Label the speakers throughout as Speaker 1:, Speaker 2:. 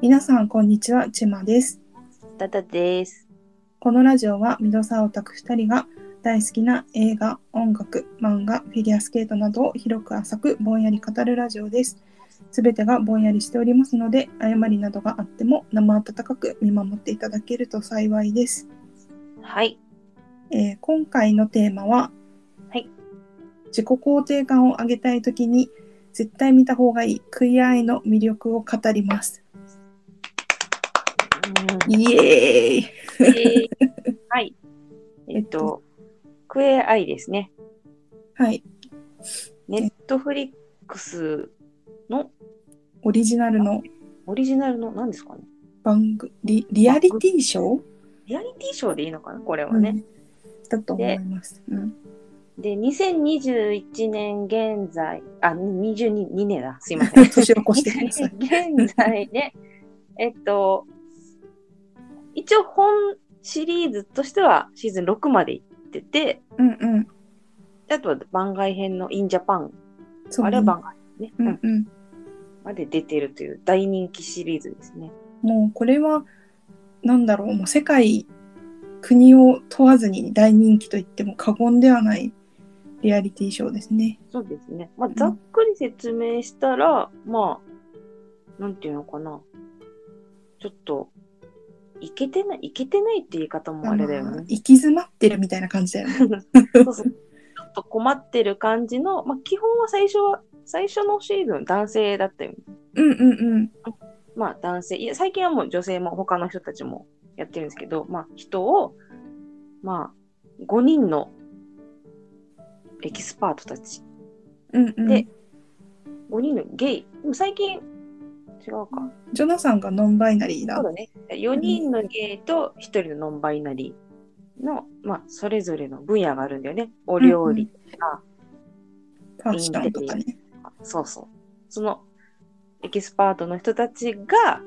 Speaker 1: 皆さんこんにちはちまです
Speaker 2: たたです。
Speaker 1: このラジオはミドサオタク2人が大好きな映画音楽漫画フィギュアスケートなどを広く浅くぼんやり語るラジオですすべてがぼんやりしておりますので誤りなどがあっても生温かく見守っていただけると幸いです、
Speaker 2: はい。
Speaker 1: えー今回のテーマは、
Speaker 2: はい
Speaker 1: 自己肯定感を上げたいときに絶対見た方がいいクイアアイの魅力を語りますイエーイ
Speaker 2: え ーはい。えっと、クエアイですね。
Speaker 1: はい
Speaker 2: ネットフリックスの
Speaker 1: オリジナルの
Speaker 2: オリジナルの何ですかね。
Speaker 1: 番組リリアリティショー、
Speaker 2: リアリティショーでいいのかなこれはね。
Speaker 1: うんだと思います。うん、
Speaker 2: で、2021年現在、あ、22 2年だ。すいません。
Speaker 1: 年を越してください。
Speaker 2: 現在で、えっと、一応本シリーズとしてはシーズン6まで行ってて、
Speaker 1: うんうん。
Speaker 2: あとは番外編の in Japan、
Speaker 1: そうね
Speaker 2: あれは番外編ね、
Speaker 1: う
Speaker 2: うん
Speaker 1: んうん。
Speaker 2: まで出てるという大人気シリーズですね。
Speaker 1: もうこれは、なんだろう、もう世界、国を問わずに大人気と言っても過言ではないリアリティショーですね。
Speaker 2: そうですね。まあ、ざっくり説明したら、まあ、なんていうのかな。ちょっと、いけてない、いけてないって言い方もあれだよ
Speaker 1: あの
Speaker 2: ね
Speaker 1: 行。き詰まってるみたいな感じだよね。
Speaker 2: そうそう。ちょっと困ってる感じの、まあ、基本は最初は、最初のシーズン男性だったよね。
Speaker 1: うんうんうん。
Speaker 2: まあ男性、いや最近はもう女性も他の人たちもやってるんですけど、まあ人を、まあ5人のエキスパートたち、
Speaker 1: うんうん、
Speaker 2: で5人のゲイ、でも最近違うか。
Speaker 1: ジョナサンがノンバイナリーだ。
Speaker 2: そうだね。4人のゲイと1人のノンバイナリーの、まあそれぞれの分野があるんだよね。お料理とか、
Speaker 1: ファッションとかね。。
Speaker 2: そうそう。そのエキスパートの人たちが、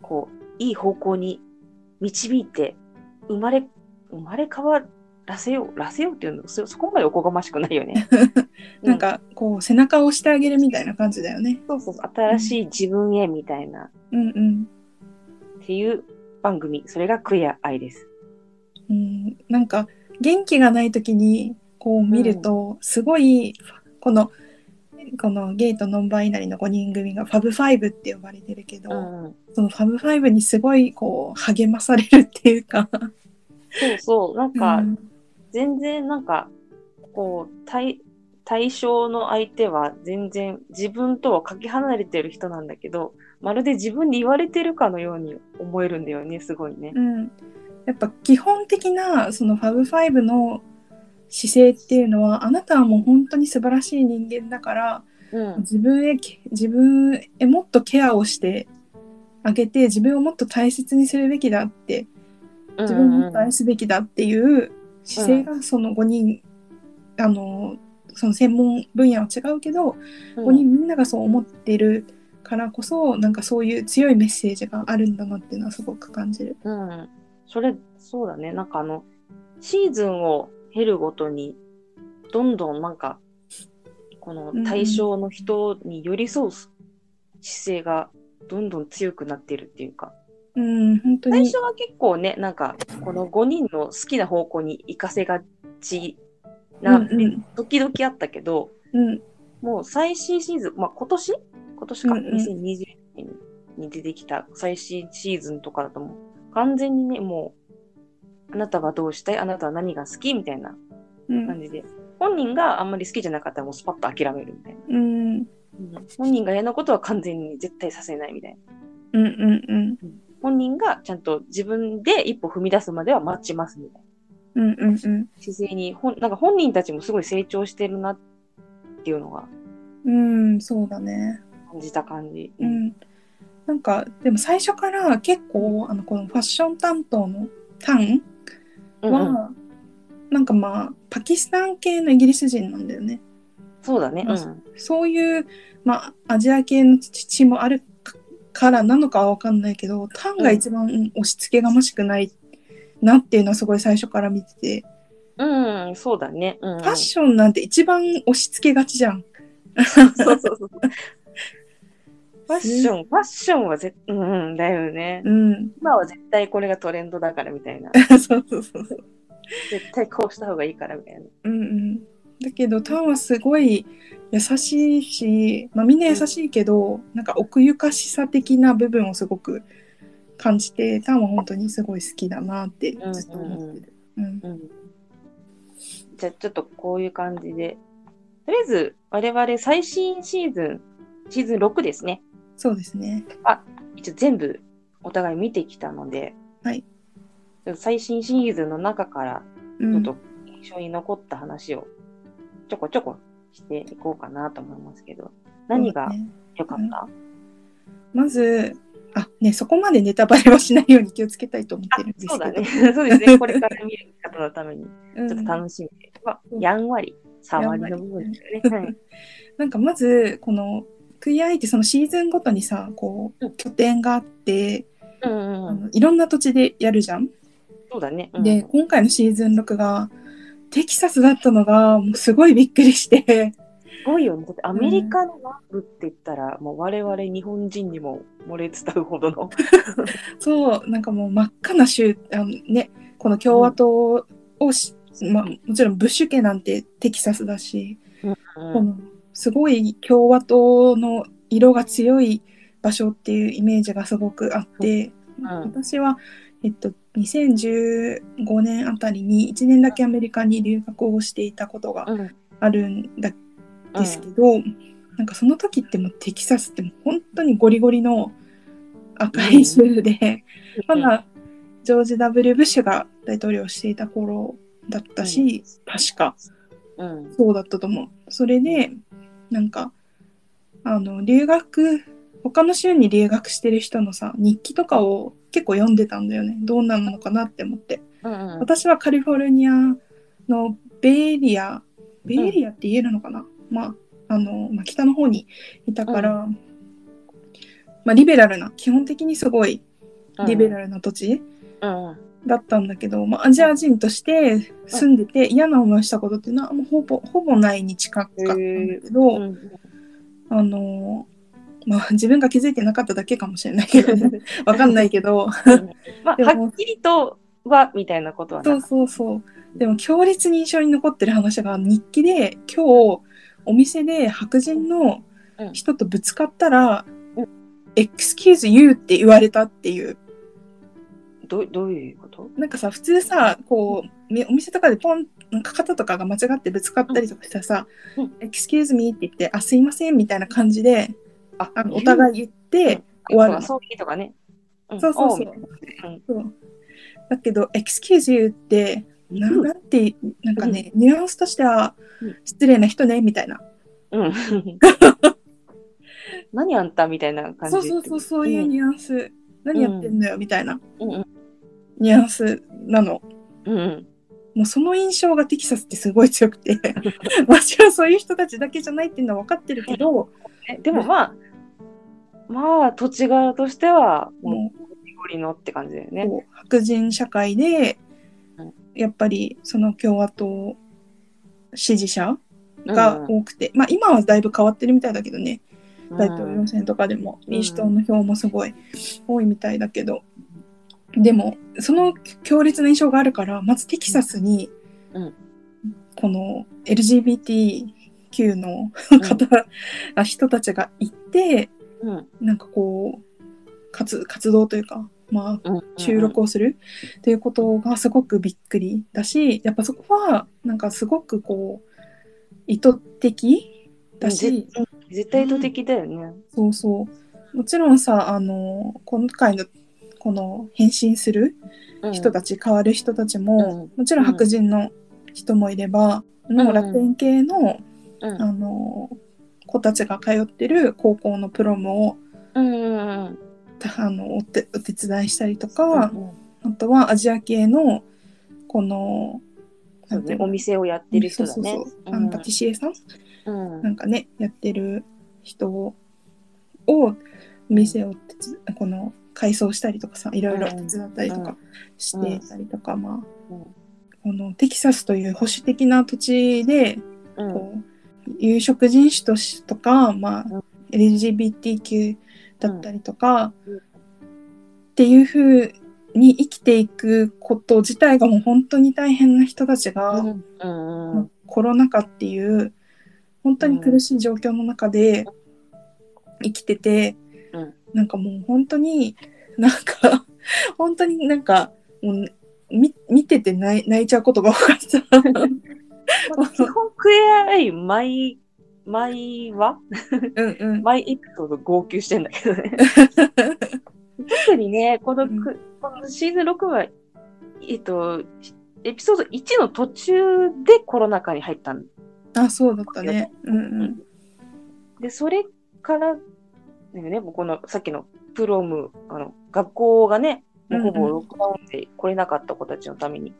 Speaker 2: こう、いい方向に導いて、生まれ、生まれ変わらせよう、らせようっていうの、そそこまでおこがましく ないよね
Speaker 1: なん、かこう背中を押してあげるみたいな感じだよね。
Speaker 2: そうそうそう、新しい自分へみたいな、
Speaker 1: うんうん。
Speaker 2: っていう番組、それがクエア愛です。
Speaker 1: うん、なんか元気がない時にこう見るとすごいこのこのゲイとノンバイナリーの5人組がファブファイブって呼ばれてるけど、
Speaker 2: うん。
Speaker 1: そのファブファイブにすごいこう励まされるっていうか、
Speaker 2: そうそう、なん
Speaker 1: う
Speaker 2: か、
Speaker 1: ん
Speaker 2: 全然なんか、こう、対、対象の相手は全然自分とはかけ離れてる人なんだけど、まるで自分に言われてるかのように思えるんだよね、すごいね。
Speaker 1: うんやっぱ基本的なそのファブファイブの姿勢っていうのはあなたはもう本当に素晴らしい人間だから
Speaker 2: うん。
Speaker 1: 自分へけ自分へもっとケアをしてあげて自分をもっと大切にするべきだって自分をもっと愛すべきだっていう姿勢がその5人、あのその専門分野は違うけど、
Speaker 2: うん
Speaker 1: 5人みんながそう思ってるからこそなんかそういう強いメッセージがあるんだなっていうのはすごく感じる。
Speaker 2: うん。それ、そうだね。なんかあの、シーズンを経るごとに、どんどんなんか、この対象の人に寄り添う姿勢がどんどん強くなってるっていうか、
Speaker 1: うん本当
Speaker 2: 最
Speaker 1: に
Speaker 2: 初は結構ね、なんか、この5人の好きな方向に行かせがちな、
Speaker 1: うんうん
Speaker 2: 時々あったけど、
Speaker 1: うん
Speaker 2: もう最新シーズン、まあ今年今年か、
Speaker 1: うんうん
Speaker 2: 2020年に出てきた最新シーズンとかだともう、完全にね、もう、あなたはどうしたいあなたは何が好きみたいな
Speaker 1: うん
Speaker 2: 感じで、本人があんまり好きじゃなかったらもうスパッと諦めるみたいな。
Speaker 1: うん
Speaker 2: 本人が嫌なことは完全に絶対させないみたいな。
Speaker 1: うんうん
Speaker 2: 本人がちゃんと自分で一歩踏み出すまでは待ちますみたいな。
Speaker 1: うんうんうんうん
Speaker 2: 姿勢にほんなんか本人たちもすごい成長してるなっていうのが
Speaker 1: うんそうだね。
Speaker 2: 感じた感じ。
Speaker 1: う。んなんかでも最初から結構あのこのファッション担当のタン
Speaker 2: うん
Speaker 1: は、
Speaker 2: うん
Speaker 1: なんかまあパキスタン系のイギリス人なんだよね
Speaker 2: そうだね。
Speaker 1: う
Speaker 2: うんん。
Speaker 1: そういう、まあ、アジア系の父もあるからなのかは分かんないけどタンが一番押し付けがましくないなっていうのはすごい最初から見てて、
Speaker 2: うん、そうだね。うん。
Speaker 1: ファッションなんて一番押し付けがちじゃん。
Speaker 2: そうそうそう。ファッション、ファッションはぜ、うん、うんだよね。
Speaker 1: うん。
Speaker 2: 今は絶対これがトレンドだからみたいな。
Speaker 1: そうそうそうそう。
Speaker 2: 絶対こうした方がいいからみたいな。
Speaker 1: うんうん。だけど、タンはすごい優しいし、まあ、みんな優しいけど、なんか奥ゆかしさ的な部分をすごく感じて、タンは本当にすごい好きだなってずっと思ってる。うん
Speaker 2: うん。じゃあちょっとこういう感じで。とりあえず、我々最新シーズン、シーズン6ですね。
Speaker 1: そうですね。
Speaker 2: 一応全部お互い見てきたので、
Speaker 1: はい
Speaker 2: ちょっと最新シーズンの中から、
Speaker 1: う
Speaker 2: ちょっ
Speaker 1: ん、
Speaker 2: と印象に残った話をちょこちょこしていこうかなと思いますけど、何
Speaker 1: そ
Speaker 2: が
Speaker 1: うだね
Speaker 2: 良かった、
Speaker 1: まず、あね、そこまでネタバレはしないように気をつけたいと思ってるんですけど。
Speaker 2: そうだね。 そうですね。これから見る方のために、ち
Speaker 1: うん
Speaker 2: ょっと楽しみで。まあ、やんわり、触りの部分ですよ ね。はい。
Speaker 1: なんかまずこのクイアアイってそのシーズンごとにさこ
Speaker 2: う
Speaker 1: うん拠点があって、
Speaker 2: うんう
Speaker 1: あ
Speaker 2: んうん。
Speaker 1: のいろんな土地でやるじゃん。
Speaker 2: そうだね。
Speaker 1: で今回のシーズン6がテキサスだったのがもうすごいびっくりして
Speaker 2: すごいよね。だってアメリカの南部って言ったら、もう我々日本人にも漏れ伝うほど の。
Speaker 1: そうなんかもう真っ赤な州あの、ね、この共和党をし、まあ、もちろんブッシュ家なんてテキサスだし、このすごい共和党の色が強い場所っていうイメージがすごくあって、
Speaker 2: ん
Speaker 1: 私は、えっと、2015年あたりに1年だけアメリカに留学をしていたことが
Speaker 2: うんうん
Speaker 1: あるんだですけど、なんかその時ってもうテキサスってもう本当にゴリゴリの赤い州で、まだジョージ・ W ・ブッシュが大統領をしていた頃だったし、確か
Speaker 2: うん
Speaker 1: そうだったと思う。それでなんかあの留学他の州に留学してる人のさ日記とかを結構読んでたんだよねどうなのかなって思って。
Speaker 2: うんうん
Speaker 1: 私はカリフォルニアのベイエリアベイエリアって言えるのかな、まああのまあ、北の方にいたから、まあ、リベラルな基本的にすごいリベラルな土地
Speaker 2: うんうん
Speaker 1: だったんだけど、まあ、アジア人として住んでて嫌な思いをしたことっていうのはもうほぼほぼないに近かったんだけど、
Speaker 2: うん
Speaker 1: あのまあ、自分が気づいてなかっただけかもしれないけど、 ね、わかんないけど
Speaker 2: まあ、
Speaker 1: でも
Speaker 2: はっきりとは、みたいなことは
Speaker 1: そ
Speaker 2: な
Speaker 1: う
Speaker 2: かっ
Speaker 1: そうそう。でも強烈に印象に残ってる話が日記で今日お店で白人の人とぶつかったら
Speaker 2: う
Speaker 1: 「Excuse you」って言われたっていう
Speaker 2: た。どうどういうこと
Speaker 1: なんかさ普通さこうみお店とかでポンなんか肩とかが間違ってぶつかったりとかしたらさ
Speaker 2: うん
Speaker 1: 「Excuse me」って言って「あすいません」みたいな感じで
Speaker 2: あ
Speaker 1: あのお互い言って終わるの
Speaker 2: そうそうとかね。ん
Speaker 1: そうそうそう
Speaker 2: おみたいな
Speaker 1: そうだけど「Excuse you」ってな
Speaker 2: うん
Speaker 1: なんてなんかねニュアンスとしては
Speaker 2: うん
Speaker 1: 失礼な人ねみたいな。
Speaker 2: うん。何あんたみたいな感じ。
Speaker 1: そうそうそうそういうニュアンス、何やってんだよみたいな
Speaker 2: うんうん
Speaker 1: ニュアンスなの
Speaker 2: うんうん。
Speaker 1: もうその印象がテキサスってすごい強く てもちろんそういう人たちだけじゃないっていうのは分かってるけど
Speaker 2: えでもまあ、まあ、土地柄としては、もう、
Speaker 1: も
Speaker 2: ゴリのって感じだよ
Speaker 1: う
Speaker 2: ね。
Speaker 1: こう白人社会で
Speaker 2: うん
Speaker 1: やっぱりその共和党支持者が多くて、まあ今はだいぶ変わってるみたいだけどね、大統領選とかでも
Speaker 2: うん
Speaker 1: 民主党の票もすごい多いみたいだけど、でもその強烈な印象があるからまずテキサスに、
Speaker 2: うん
Speaker 1: この LGBTQ の
Speaker 2: うん
Speaker 1: 方、あ人たちが行って
Speaker 2: うん
Speaker 1: なんかこう活活動というか、ま
Speaker 2: うんうん
Speaker 1: あ、収録をするっていうことがすごくびっくりだしやっぱそこはなんかすごくこう意図的だし。
Speaker 2: ぜ絶対意図的だよね。
Speaker 1: そうそう。もちろんさ、あの、今回のこの変身する人
Speaker 2: だ
Speaker 1: たち、変わる人たちも、
Speaker 2: う
Speaker 1: もちろん白人の人もいれば、もうラテン系の、
Speaker 2: うん
Speaker 1: あの、子たちが通ってる高校のプロムを、
Speaker 2: うんうんうん
Speaker 1: たあのお手お手伝いしたりと
Speaker 2: う
Speaker 1: か、
Speaker 2: ん
Speaker 1: あとはアジア系の、この、
Speaker 2: そうね
Speaker 1: ていう
Speaker 2: お
Speaker 1: の
Speaker 2: 店をやってる人だね
Speaker 1: そう。そうそう。あの、パティシエさん
Speaker 2: うん
Speaker 1: なんかねやってる人をを店を手伝この改装したりとかさいろいろ手伝ったりとかしていたりとか、まあ、
Speaker 2: うん
Speaker 1: このテキサスという保守的な土地で、
Speaker 2: うん
Speaker 1: こう有色人種としとか、まあ
Speaker 2: う
Speaker 1: LGBTQ だったりとか、
Speaker 2: うん
Speaker 1: っていう風に生きていくこと自体がもう本当に大変な人たちが、
Speaker 2: うんうんう
Speaker 1: まあ
Speaker 2: ん
Speaker 1: コロナ禍っていう本当に苦しい状況の中で生きてて、
Speaker 2: うん
Speaker 1: なんかもう本当になんか 本当になんかもう見見てて泣い泣いちゃうことが多かった。
Speaker 2: まあ基本クエアアイ毎毎は
Speaker 1: うんうん
Speaker 2: 毎エピソード号泣してんだけど ね。特にね、このく、
Speaker 1: うん
Speaker 2: このシーズン6は、えっと、エピソード1の途中でコロナ禍に入ったん
Speaker 1: あそうだったね。うんうん
Speaker 2: で、それから、だよね、もうこのさっきのプロム、あの、学校がね、もうほぼロックダウンで来れなかった子たちのために、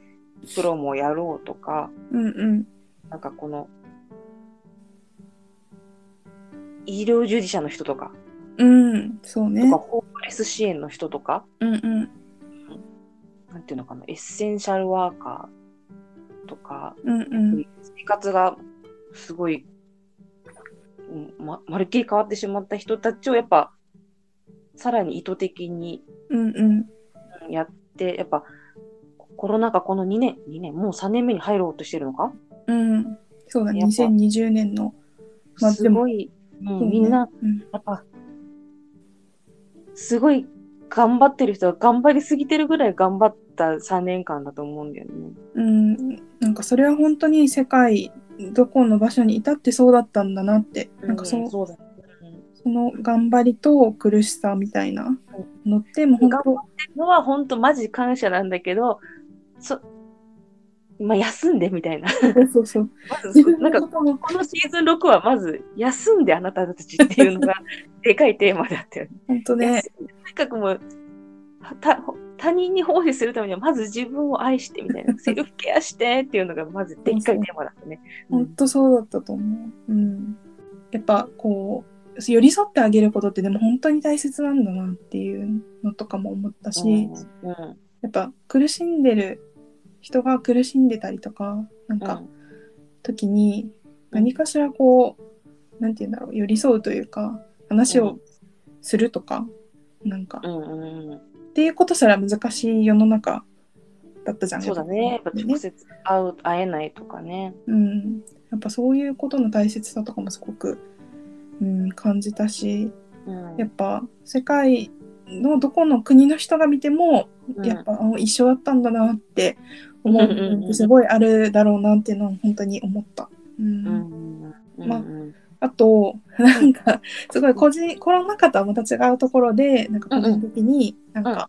Speaker 2: プロムをやろうとか、
Speaker 1: うんうん
Speaker 2: なんかこの、医療従事者の人とか、
Speaker 1: うんそう
Speaker 2: と
Speaker 1: ね
Speaker 2: か、。ホームレス支援の人とか、
Speaker 1: うんうん
Speaker 2: なんていうのかな、エッセンシャルワーカーとか、
Speaker 1: うんうん
Speaker 2: 生活がすごい、うんま、まるっきり変わってしまった人たちをやっぱ、さらに意図的に
Speaker 1: うんうん
Speaker 2: やって、やっぱ、コロナ禍この2年、2年、もう3年目に入ろうとしてるのか
Speaker 1: うんそうだね。
Speaker 2: やっぱ
Speaker 1: 2020年の、まあ
Speaker 2: す
Speaker 1: でも
Speaker 2: ごい、うん
Speaker 1: そうね
Speaker 2: みんな、
Speaker 1: うん
Speaker 2: やっぱ、すごい頑張ってる人は頑張りすぎてるぐらい頑張った3年間だと思うんだよね。
Speaker 1: うん、なんかそれは本当に世界どこの場所にいたってそうだったんだなって、なんかその
Speaker 2: そうだね。
Speaker 1: その頑張りと苦しさみたいなのってもう
Speaker 2: う
Speaker 1: 本
Speaker 2: ん頑張ってるのは本当マジ感謝なんだけど、そ、まあ、休んでみたいな。
Speaker 1: 当そうそう
Speaker 2: まず
Speaker 1: 自分
Speaker 2: なんか
Speaker 1: のことも
Speaker 2: このシーズン6はまず休んであなたたちっていうのがでかいテーマだったよね。
Speaker 1: 本当 ね
Speaker 2: 休んでとにかくもうた他人に奉仕するためにはまず自分を愛してみた いなセルフケアしてっていうのがまずでっかいテーマだったね。う
Speaker 1: 本
Speaker 2: ん
Speaker 1: 当そうだったと思う、うん、やっぱこう寄り添ってあげることってでも本当に大切なんだなっていうのとかも思ったし、
Speaker 2: うんうん
Speaker 1: やっぱ苦しんでる人が苦しんでたりとかなんか、時に何かしらこうなんて言うんだろう寄り添うというか話
Speaker 2: う
Speaker 1: をするとか、なんか、
Speaker 2: う
Speaker 1: っ
Speaker 2: んうんうん
Speaker 1: ていうことすら難しい世の中だったじゃん
Speaker 2: そうだね。やっぱ直接会う、会えないとかね。
Speaker 1: うん、やっぱそういうことの大切さとかもすごく、うん、感じたし
Speaker 2: うん
Speaker 1: やっぱ世界のどこの国の人が見ても、
Speaker 2: うん
Speaker 1: やっぱあ一緒だったんだなって思う部
Speaker 2: うんうん
Speaker 1: 分
Speaker 2: う
Speaker 1: っ
Speaker 2: ん
Speaker 1: てすごいあるだろうなっていうのを本当に思った。うん
Speaker 2: うんうん
Speaker 1: まあ
Speaker 2: うん
Speaker 1: あと、なんか、すごい個人、コロナ禍とはまた違うところで、なんか個人的に、なんか、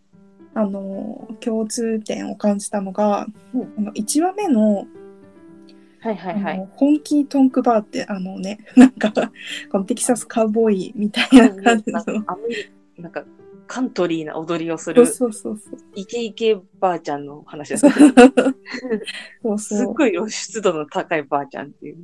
Speaker 1: あの、共通点を感じたのが、
Speaker 2: うん
Speaker 1: あの1話目の、
Speaker 2: はいはいは
Speaker 1: あ
Speaker 2: い。
Speaker 1: の本気トンクバーって、あのね、 なんか、このテキサスカウボーイみたいな感じの、
Speaker 2: なんかアメリなんかカントリーな踊りをす
Speaker 1: そう
Speaker 2: る
Speaker 1: そうそうそう。
Speaker 2: イケイケばあちゃんの話ですね。
Speaker 1: そう
Speaker 2: すっ
Speaker 1: そう。
Speaker 2: ごい湿度の高いばあちゃんっていう。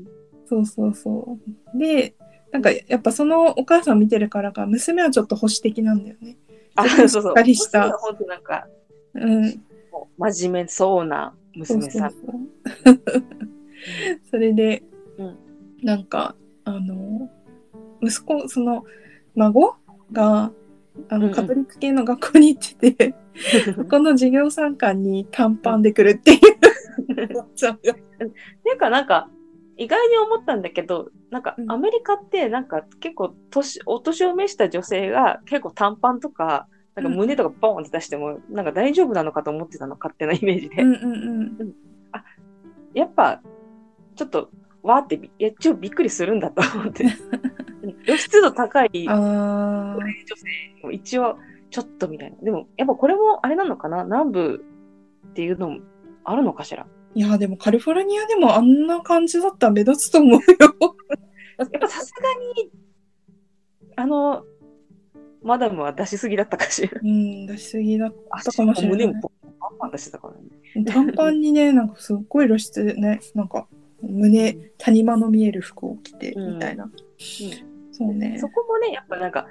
Speaker 1: そうそうそう。で、なんか、やっぱそのお母さん見てるからか、娘はちょっと保守的なんだよね。
Speaker 2: あ、
Speaker 1: ちょ
Speaker 2: そ
Speaker 1: っとしっ
Speaker 2: うそう。
Speaker 1: かりした
Speaker 2: 娘は本当なんか、
Speaker 1: うん。
Speaker 2: もう真面目そうな娘さん。
Speaker 1: そうそう そうそれで、
Speaker 2: うん
Speaker 1: なんかあの息子その孫があ
Speaker 2: うん
Speaker 1: の
Speaker 2: うん
Speaker 1: カトリック系の学校に行ってて、そこの授業参観に短パンで来る っていうおっちゃんが
Speaker 2: ていうかなんか、意外に思ったんだけど、なんか
Speaker 1: うん
Speaker 2: アメリカってなんか結構年、お年を召した女性が結構短パンとか、なんか胸とかボーンって出しても、なんか大丈夫なのかと思ってたの、勝手なイメージで。
Speaker 1: うんうん
Speaker 2: やっぱ、ちょっと、わーってび、いや、ちょっとびっくりするんだと思 って。露出度高い
Speaker 1: うん。ああ、
Speaker 2: もう一応、ちょっとみたいな。でも、やっぱこれもあれなのかな南部っていうのもあるのかしら。
Speaker 1: いやでもカリフォルニアでもあんな感じだったら目立つと思うよ。
Speaker 2: やっぱさすがに、あの、マダムは出しすぎだったかしら。
Speaker 1: うん、出しすぎだっ
Speaker 2: あ
Speaker 1: たかもしれない
Speaker 2: 胸もバンバン出してたからね。
Speaker 1: た。短パンにね、なんかすっごい露出ね、なんか胸谷間の見える服を着てみたいな、そうね
Speaker 2: そこもね、やっぱなんか、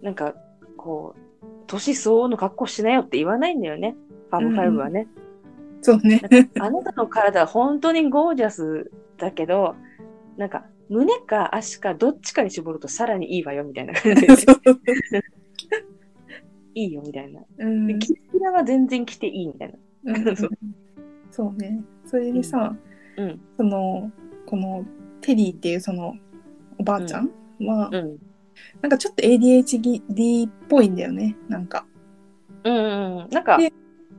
Speaker 2: なんか、こう、年相応の格好しなよって言わないんだよね。ファブファイブはね。
Speaker 1: そうね
Speaker 2: あなたの体は本当にゴージャスだけど、なんか胸か足かどっちかに絞るとさらにいいわよみたいな感じでいいよみたいな。
Speaker 1: うん
Speaker 2: で、キラキラは全然着ていいみたいな。
Speaker 1: うんそうね。それでさ、
Speaker 2: うん。
Speaker 1: その、このテリーっていうそのおばあちゃんは、
Speaker 2: うん。
Speaker 1: なんかちょっと ADHD っぽいんだよね。なんか。
Speaker 2: うん、うん。なんか
Speaker 1: で、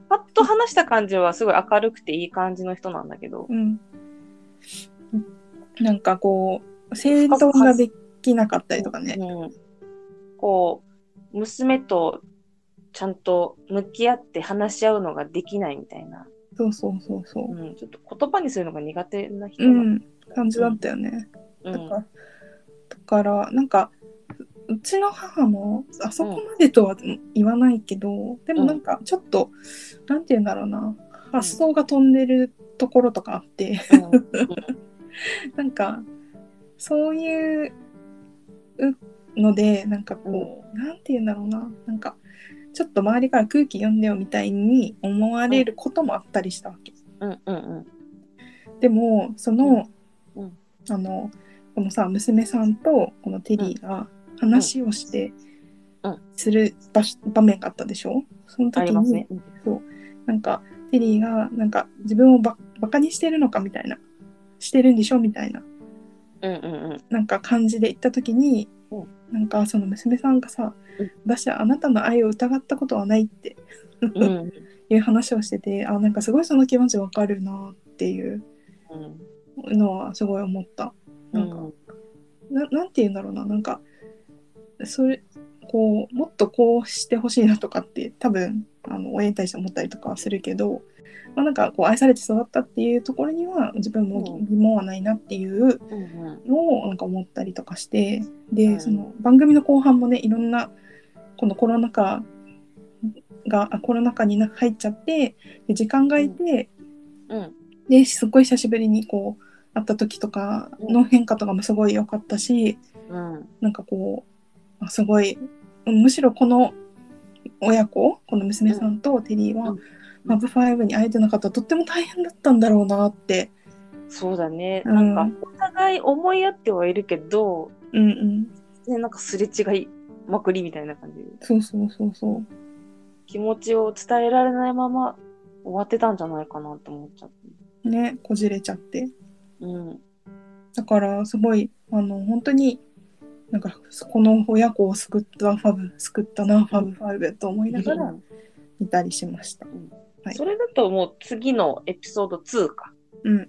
Speaker 2: パッと話した感じはすごい明るくていい感じの人なんだけど。
Speaker 1: うん。なんかこう、整頓ができなかったりとかね。
Speaker 2: うん。こう、娘とちゃんと向き合って話し合うのができないみたいな。
Speaker 1: そうそうそうそう。
Speaker 2: うん。ちょっと言葉にするのが苦手な人
Speaker 1: う
Speaker 2: だ
Speaker 1: ん。感じだったよね。
Speaker 2: う
Speaker 1: だ
Speaker 2: ん
Speaker 1: から、だからなんか、うちの母もあそこまでとは言わないけど、でもなんかちょっと、なんて言うんだろうな、発想が飛んでるところとかあって、
Speaker 2: うん
Speaker 1: なんか、そういうので、なんかこう、なんて言うんだろうな、なんか、ちょっと周りから空気読んでよみたいに思われることもあったりしたわけ。
Speaker 2: うんうんうん
Speaker 1: でもその、
Speaker 2: うんうん
Speaker 1: あのこのさ娘さんとこのテリーが話をして
Speaker 2: うん
Speaker 1: する場所場面があったでしょその
Speaker 2: あ
Speaker 1: 時
Speaker 2: ります
Speaker 1: に、
Speaker 2: ね。うん
Speaker 1: そうなんかテリーがなんか自分をばバカにしてるのかみたいなしてるんでしょみたいな
Speaker 2: うんうんうん。
Speaker 1: なんか感じで言った時に、
Speaker 2: うん
Speaker 1: なんかその娘さんがさ、
Speaker 2: うん
Speaker 1: 私はあなたの愛を疑ったことはないって
Speaker 2: うん
Speaker 1: いう話をしててあなんかすごいその気持ちわかるなっていう
Speaker 2: うん
Speaker 1: のはすごい思った。なんか、ななんて言うんだろうななんかそれこうもっとこうしてほしいなとかって多分あの親に対して思ったりとかはするけど、まあ、なんかこう愛されて育ったっていうところには自分も
Speaker 2: うん
Speaker 1: 疑問はないなっていう
Speaker 2: うんうん
Speaker 1: のをなんか思ったりとかして
Speaker 2: う
Speaker 1: で
Speaker 2: ん
Speaker 1: その番組の後半もねいろんなこのコロナ禍があコロナ禍にな入っちゃってで時間が空いて、
Speaker 2: うん
Speaker 1: ですっごい久しぶりにこう会った時とかの変化とかもすごい良かったし、
Speaker 2: うん
Speaker 1: なんかこうあすごいうんむしろこの親子この娘さんとテリーは、
Speaker 2: うん
Speaker 1: マブファイブに会えてなかったらとっても大変だったんだろうなって
Speaker 2: そうだね。
Speaker 1: うん
Speaker 2: なんか、お互い思い合ってはいるけど、
Speaker 1: うんうん
Speaker 2: ね、なんかすれ違いまくりみたいな感じで。
Speaker 1: そうそうそうそう
Speaker 2: 気持ちを伝えられないまま終わってたんじゃないかなって思っちゃって。
Speaker 1: ねこじれちゃって
Speaker 2: うん。
Speaker 1: だからすごいあの本当になんかこの親子を救ったファブ救ったなファブファイブと思いながら見たりしました。はい
Speaker 2: それだともう次のエピソード2か。
Speaker 1: うん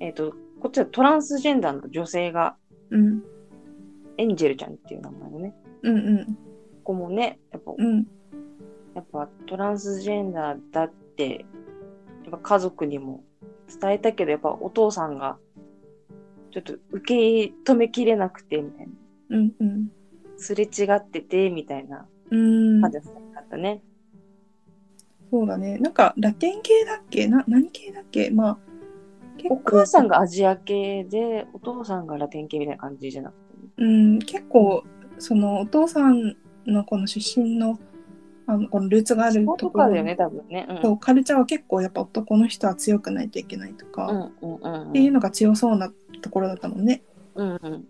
Speaker 2: えっ、と、こっちはトランスジェンダーの女性が、
Speaker 1: うん
Speaker 2: エンジェルちゃんっていう名前のね。
Speaker 1: うんうん
Speaker 2: ここもね、やっぱ
Speaker 1: うん
Speaker 2: やっぱトランスジェンダーだって、やっぱ家族にも伝えたけど、やっぱお父さんが、ちょっと受け止めきれなくて、みたいな。
Speaker 1: うんうん
Speaker 2: すれ違ってて、みたいな
Speaker 1: うん
Speaker 2: 感じだったね。
Speaker 1: そうだね。なんか、ラテン系だっけな、何系だっけまあ、結構
Speaker 2: お母さんがアジア系で、お父さんがラテン系みたいな感じじゃなくて、
Speaker 1: うん、結構、その、お父さんのこの出身の、あの、このルーツがある
Speaker 2: そこと
Speaker 1: こ
Speaker 2: か
Speaker 1: ろ
Speaker 2: だよね、多分ね。うん。
Speaker 1: そうカルチャーは結構やっぱ男の人は強くないといけないとか、
Speaker 2: う
Speaker 1: っ
Speaker 2: んうんうん
Speaker 1: ていうのが強そうなところだったもんね。
Speaker 2: うん。うんうん。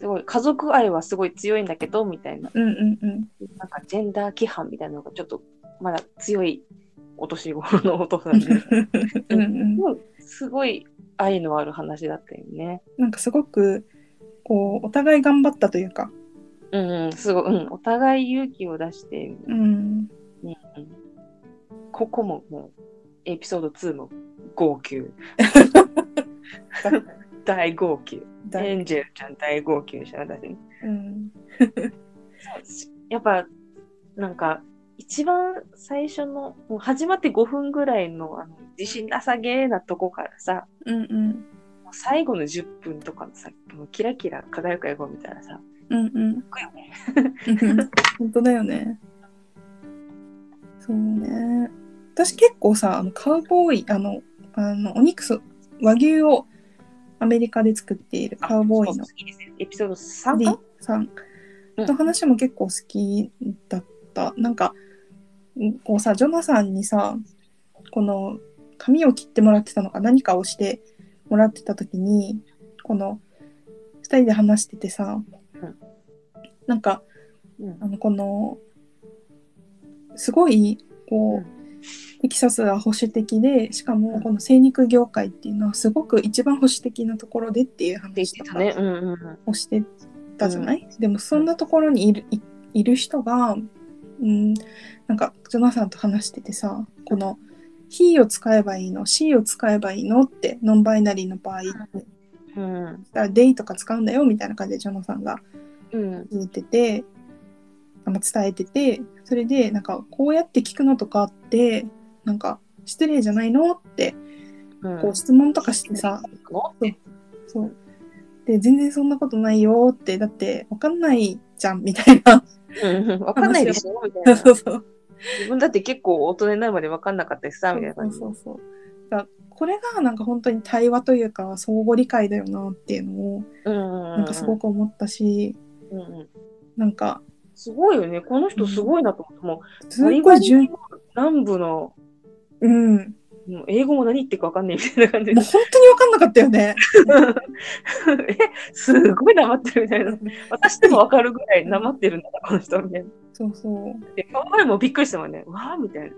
Speaker 2: すごい、家族愛はすごい強いんだけど、みたいな。
Speaker 1: うんうん うん。
Speaker 2: なんかジェンダー規範みたいなのがちょっと、まだ強いお年頃のお父さんで。
Speaker 1: うんうん、
Speaker 2: すごい愛のある話だったよね。
Speaker 1: なんかすごく、こう、お互い頑張ったというか、
Speaker 2: うん、うん、すごい、うん、お互い勇気を出して、
Speaker 1: うん、
Speaker 2: ここももう、エピソード2も号 泣。大号泣。
Speaker 1: だ
Speaker 2: エンジェルちゃん大号泣でした、私。
Speaker 1: うん、
Speaker 2: やっぱ、なんか、一番最初の、もう始まって5分ぐらいの、あの、自信なさげなとこからさ、
Speaker 1: うんうん、
Speaker 2: もう最後の10分とかのさ、もうキラキラ輝く映画を見たらさ、
Speaker 1: うんうん。本当だよね。そうね。私結構さ、あのカウボーイ、あの、あのお肉そ、和牛をアメリカで作っているカウボーイの
Speaker 2: そう次ですねエピソード
Speaker 1: D
Speaker 2: 3か
Speaker 1: さん
Speaker 2: うん
Speaker 1: の話も結構好きだった。なんか、こうさ、ジョナさんにさ、この髪を切ってもらってたのか何かをしてもらってた時に、この、人で話しててさ、
Speaker 2: うん
Speaker 1: なんか
Speaker 2: うん
Speaker 1: あのこのすごいこう、
Speaker 2: うん
Speaker 1: テキサスは保守的でしか
Speaker 2: う
Speaker 1: も
Speaker 2: ん
Speaker 1: この精肉業界っていうのはすごく一番保守的なところでっていう
Speaker 2: で
Speaker 1: 話
Speaker 2: きて
Speaker 1: と
Speaker 2: た
Speaker 1: か
Speaker 2: ね。うんうんうん。
Speaker 1: をしてたじゃない、でもそんなところにいるいいる人が、うん、なんかジョナさんと話しててさこの「he」を使えばいいの「she」を使えばいいのってノンバイナリーの場合
Speaker 2: うん
Speaker 1: だから「they」とか使うんだよみたいな感じでジョナさんが
Speaker 2: うん
Speaker 1: 言ってて、あまあ伝えててそれでなんかこうやって聞くのとかってなんか失礼じゃないのって
Speaker 2: うん。
Speaker 1: こう質問とかしてさ、そうで全然そんなことないよってだって分かんないじゃんみたいな。
Speaker 2: うん うんわかんないでしょみたい
Speaker 1: そうそ
Speaker 2: な。
Speaker 1: うそう。
Speaker 2: 自分だって結構大人になるまでわかんなかったしさ、みたいな
Speaker 1: そ
Speaker 2: 感
Speaker 1: う
Speaker 2: じ
Speaker 1: そ。うそうだからこれがなんか本当に対話というか相互理解だよなっていうのを
Speaker 2: な
Speaker 1: なんかすごく思ったし、
Speaker 2: うんうん
Speaker 1: なんか
Speaker 2: すごいよね。この人すごいなと思って、も
Speaker 1: すっ
Speaker 2: う、バリ
Speaker 1: ご
Speaker 2: バ
Speaker 1: い
Speaker 2: リ
Speaker 1: 純
Speaker 2: の南部の、
Speaker 1: うんも
Speaker 2: もう英語も何言ってるかわかんないみたいな感じ
Speaker 1: う本当に分かんなかったよね。
Speaker 2: で。え、すごいなまってるみたいな。私でもわかるぐらいなまってるんだな、この人みたいな。
Speaker 1: そうそう。
Speaker 2: で、この前もびっくりしたもんね。わーみ たいな。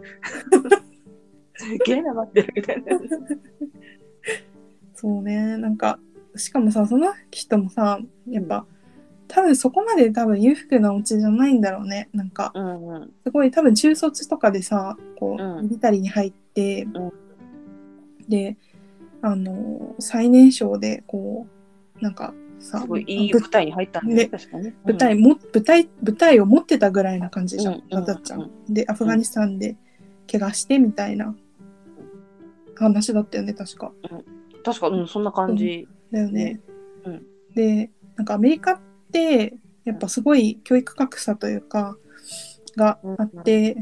Speaker 2: すげえなまってるみたいな。
Speaker 1: そうねなんかしかもさその人もさやっぱ多分そこまで多分裕福なお家じゃないんだろうねなんか
Speaker 2: うんうん。
Speaker 1: すごい多分中卒とかでさこう、
Speaker 2: うん
Speaker 1: ミリタリーに入って、
Speaker 2: ん
Speaker 1: であの最年少でこうなんかさ
Speaker 2: すごいいい
Speaker 1: ぶ
Speaker 2: 舞台に入ったんだね。
Speaker 1: ね
Speaker 2: 確かに。
Speaker 1: 舞台も舞台舞台を持ってたぐらいな感じじゃ
Speaker 2: うんん、
Speaker 1: なたっちゃ
Speaker 2: うん
Speaker 1: ん。でアフガニスタンで怪我してみたいな話だったよね確か。
Speaker 2: うん。確か、うん、そんな感じ。
Speaker 1: だよね。
Speaker 2: うん
Speaker 1: でなんかアメリカってやっぱすごい教育格差というかがあって、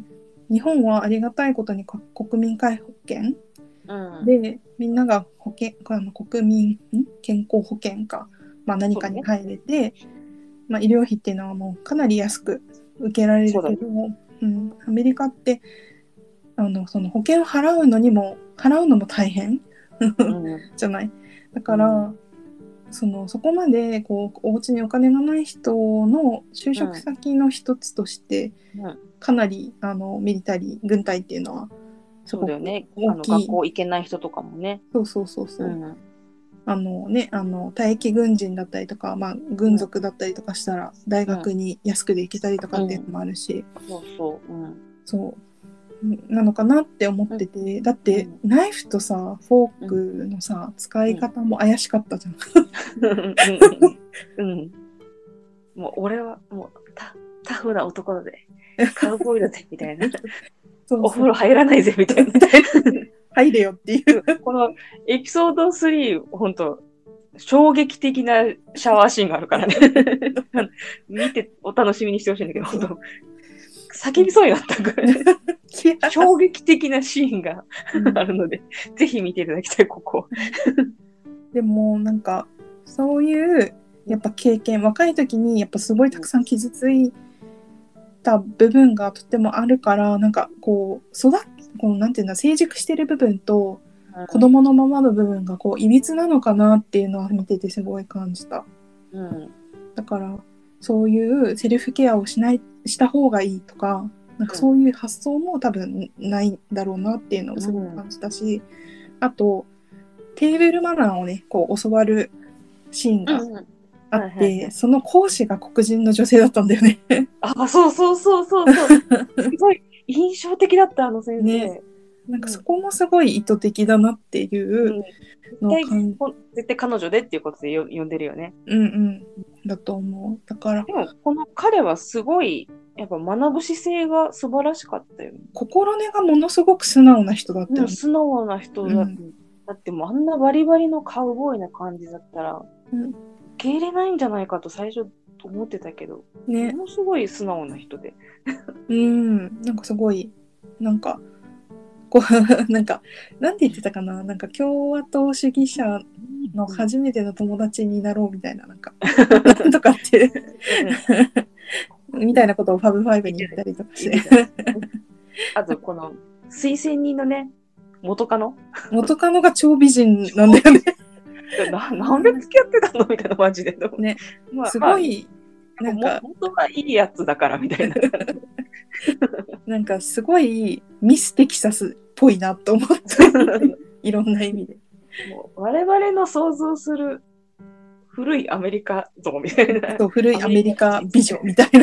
Speaker 1: 日本はありがたいことにか国民皆保険
Speaker 2: うん。
Speaker 1: でみんなが保険あの国民ん健康保険か、まあ、何かに入れて、まあ、医療費っていうのはもうかなり安く受けられるけ
Speaker 2: そうだ
Speaker 1: ど
Speaker 2: ね
Speaker 1: うん、アメリカってあのその保険を払うのにも払うのも大変
Speaker 2: うん
Speaker 1: じゃないだから、
Speaker 2: う
Speaker 1: そのそこまでこうお家にお金がない人の就職先の一つとして、
Speaker 2: うん
Speaker 1: かなりあのミリタリー軍隊っていうのはす
Speaker 2: そ
Speaker 1: ご
Speaker 2: う
Speaker 1: く
Speaker 2: だよね。
Speaker 1: 大
Speaker 2: あの
Speaker 1: きい
Speaker 2: 学校行けない人とかもね。
Speaker 1: そうそうそうそうう、
Speaker 2: ん。
Speaker 1: あのねあの退役軍人だったりとか、まあ、軍属だったりとかしたら大学に安くで行けたりとかっていうのもあるし、
Speaker 2: そうそう。 うん。
Speaker 1: そうなのかなって思ってて、だってナイフとさフォークのさ、使い方も怪しかったじゃん。
Speaker 2: うん。もう俺はもうタタフな男だぜ。カウボーイだぜみたいな。
Speaker 1: そうそ
Speaker 2: お
Speaker 1: う
Speaker 2: 風呂入らないぜみたいな。
Speaker 1: 入れよって いう。
Speaker 2: このエピソード3、本当衝撃的なシャワーシーンがあるからね。 見てお楽しみにしてほしいんだけど、本当叫びそうになったぐらい。衝撃的なシーンがあるので、ぜひ見ていただきたい、ここ。
Speaker 1: でもなんかそういうやっぱ経験若い時にやっぱすごいたくさん傷ついた部分がとてもあるからなんかこう育っこうなんていうんだ成熟してる部分と子供のままの部分がこういびつなのかなっていうのは見ててすごい感じた
Speaker 2: うん
Speaker 1: だからそういうセルフケアをしないした方がいいとかなんかそういう発想も多分ないんだろうなっていうのをすごく感じたし、あとテーブルマナーをねこう教わるシーンが
Speaker 2: うん
Speaker 1: あって、
Speaker 2: はいはいはい
Speaker 1: その講師が黒人の女性だったんだよね。
Speaker 2: あ、そうそうそうそうそう。すごい印象的だった、あの先生。
Speaker 1: ねなんかそこもすごい意図的だなっていうのを
Speaker 2: 絶
Speaker 1: 感
Speaker 2: 対
Speaker 1: じ、
Speaker 2: こ絶対彼女でっていうことでよ呼んでるよね。
Speaker 1: うんうん、だと思う。だから
Speaker 2: でも、この彼はすごい、やっぱ学ぶ姿勢が素晴らしかったよね。
Speaker 1: 心根がものすごく素直な人だった
Speaker 2: で
Speaker 1: よ
Speaker 2: も
Speaker 1: ね。
Speaker 2: 素直な人だ,、
Speaker 1: うん
Speaker 2: だってもうあんなバリバリのカウボーイな感じだったら、
Speaker 1: うん
Speaker 2: 受け入れないんじゃないかと最初思ってたけど、
Speaker 1: ね
Speaker 2: ものすごい素直な人で。
Speaker 1: うん、なんかすごい、なんか、こう、 なんか、なんて言ってたかな、なんか共和党主義者の初めての友達になろうみたいな、なん か、なんとかって、みたいなことをファブファイブに言ったりとかして、
Speaker 2: あと、この推薦人のね、元カノ
Speaker 1: 元カノが超美人なんだよね。
Speaker 2: ななんで付き合ってたのみたいな、マジで。
Speaker 1: ね、
Speaker 2: まあ、
Speaker 1: すごい、
Speaker 2: ま
Speaker 1: な
Speaker 2: あ、
Speaker 1: ん
Speaker 2: も
Speaker 1: か、
Speaker 2: 本当はいいやつだから、み たいな。
Speaker 1: なんかすごいミステキサスっぽいなと思って、いろんな意味で。
Speaker 2: もう我々の想像する古いアメリカ像みたいな。
Speaker 1: そう古いアメリカ美女みたいな。
Speaker 2: えー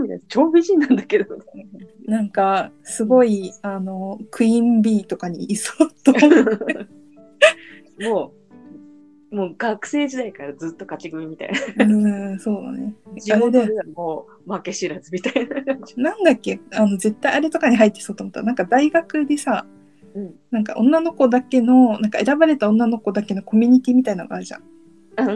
Speaker 2: みたいな。超美人なんだけ ど。
Speaker 1: なんかすごいあのクイーンビーとかにいそうと思 う
Speaker 2: もう、もう学生時代からずっと勝ち組みたいな。
Speaker 1: うんそうだね
Speaker 2: 地元ではもう負け知らずみたいな感じ。
Speaker 1: なんだっけあの絶対あれとかに入ってそうと思ったなんか大学でさ
Speaker 2: うん。
Speaker 1: なんか女の子だけのなんか選ばれた女の子だけのコミュニティみたいなのがあるじゃん
Speaker 2: うんうん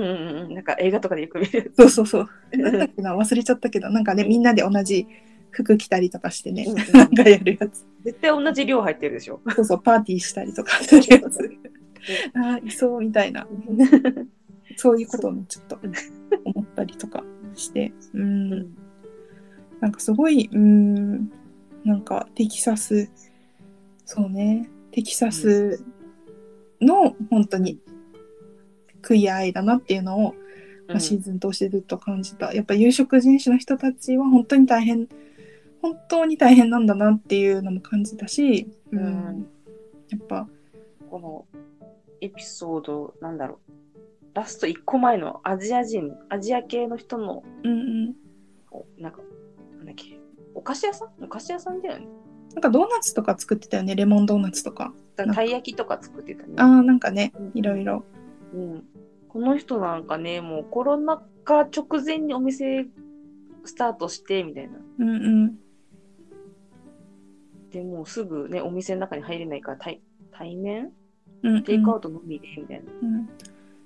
Speaker 2: うん。なんか映画とかでよく見る。
Speaker 1: そうそうそう
Speaker 2: うんう
Speaker 1: なんだっ
Speaker 2: ん
Speaker 1: けな忘れちゃったけどなんかねみんなで同じ服着たりとかしてね、
Speaker 2: う
Speaker 1: なん
Speaker 2: ん
Speaker 1: かやるやつ
Speaker 2: 絶対同じ量入ってるでしょ。
Speaker 1: そうそうパーティーしたりとかするやつ あーいそうみたいなそういうことをねちょっと思ったりとかしてうんなんかすごい、うーん、なんかテキサス、そうね、テキサスの本当にクイア愛だなっていうのを、まあシーズン通してずっと感じた。やっぱ有色人種の人たちは本当に大変、本当に大変なんだなっていうのも感じたし、うん
Speaker 2: うん
Speaker 1: やっぱ、
Speaker 2: このエピソード、なんだろう。ラスト1個前のアジア人、アジア系の人の、
Speaker 1: うんうん、
Speaker 2: こうなんか、なんだっけ、お菓子屋さんお菓子屋さんだよね。
Speaker 1: なんかドーナツとか作ってたよね、レモンドーナツとか。
Speaker 2: だからたい焼きとか作ってたね。
Speaker 1: ああ、なんかね
Speaker 2: うん、
Speaker 1: いろいろ。
Speaker 2: うん、この人なんかね、もうコロナ禍直前にお店スタートしてみたいな。
Speaker 1: うんうん、
Speaker 2: でもうすぐね、お店の中に入れないから対対面
Speaker 1: うん、うん。
Speaker 2: テイクアウトのみでみたいな。
Speaker 1: うん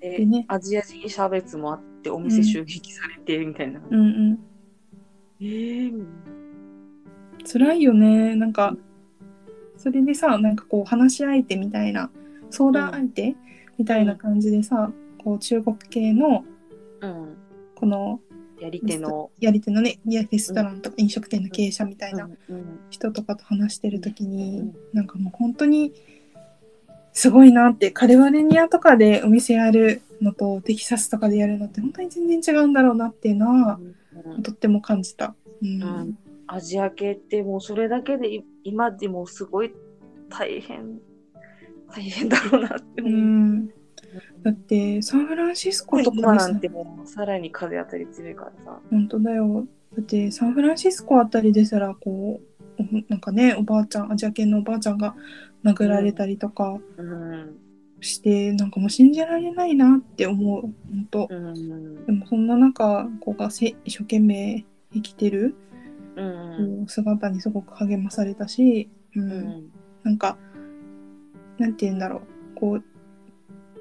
Speaker 2: で
Speaker 1: でね
Speaker 2: アジア人差別もあって、お店襲撃されてみたいな。
Speaker 1: うんうん。
Speaker 2: えー
Speaker 1: 辛いよねなんかそれでさなんかこう話し相手みたいな相談相手みたいな感じでさこう中国系の
Speaker 2: うん、
Speaker 1: この
Speaker 2: やり手の。
Speaker 1: やり手のねいやレストランとか飲食店の経営者みたいな
Speaker 2: うんうん
Speaker 1: 人とかと話してる時
Speaker 2: う
Speaker 1: に
Speaker 2: ん
Speaker 1: なんかもう本当にすごいなってカリフォルニアとかでお店やるのとテキサスとかでやるのって本当に全然違うんだろうなっていうのは
Speaker 2: うん
Speaker 1: とっても感じた。うん
Speaker 2: うんアジア系ってもうそれだけでい今でもすごい大変、大変だろうなって
Speaker 1: う
Speaker 2: 思う。
Speaker 1: ん、だってサンフランシスコとか
Speaker 2: 今
Speaker 1: で
Speaker 2: な
Speaker 1: さ
Speaker 2: んてもうさらに風当たり強いからさ。
Speaker 1: 本当だよ。だってサンフランシスコあたりですらこうおなんかねおばあちゃんアジア系のおばあちゃんが殴られたりとか
Speaker 2: うん。
Speaker 1: して、なんかもう信じられないなって思う本当。
Speaker 2: うん。
Speaker 1: でもそんな中子がせ一生懸命生きてる、
Speaker 2: うん。
Speaker 1: こう姿にすごく励まされたし、うん
Speaker 2: うん。
Speaker 1: なんかなんて言うんだろうこ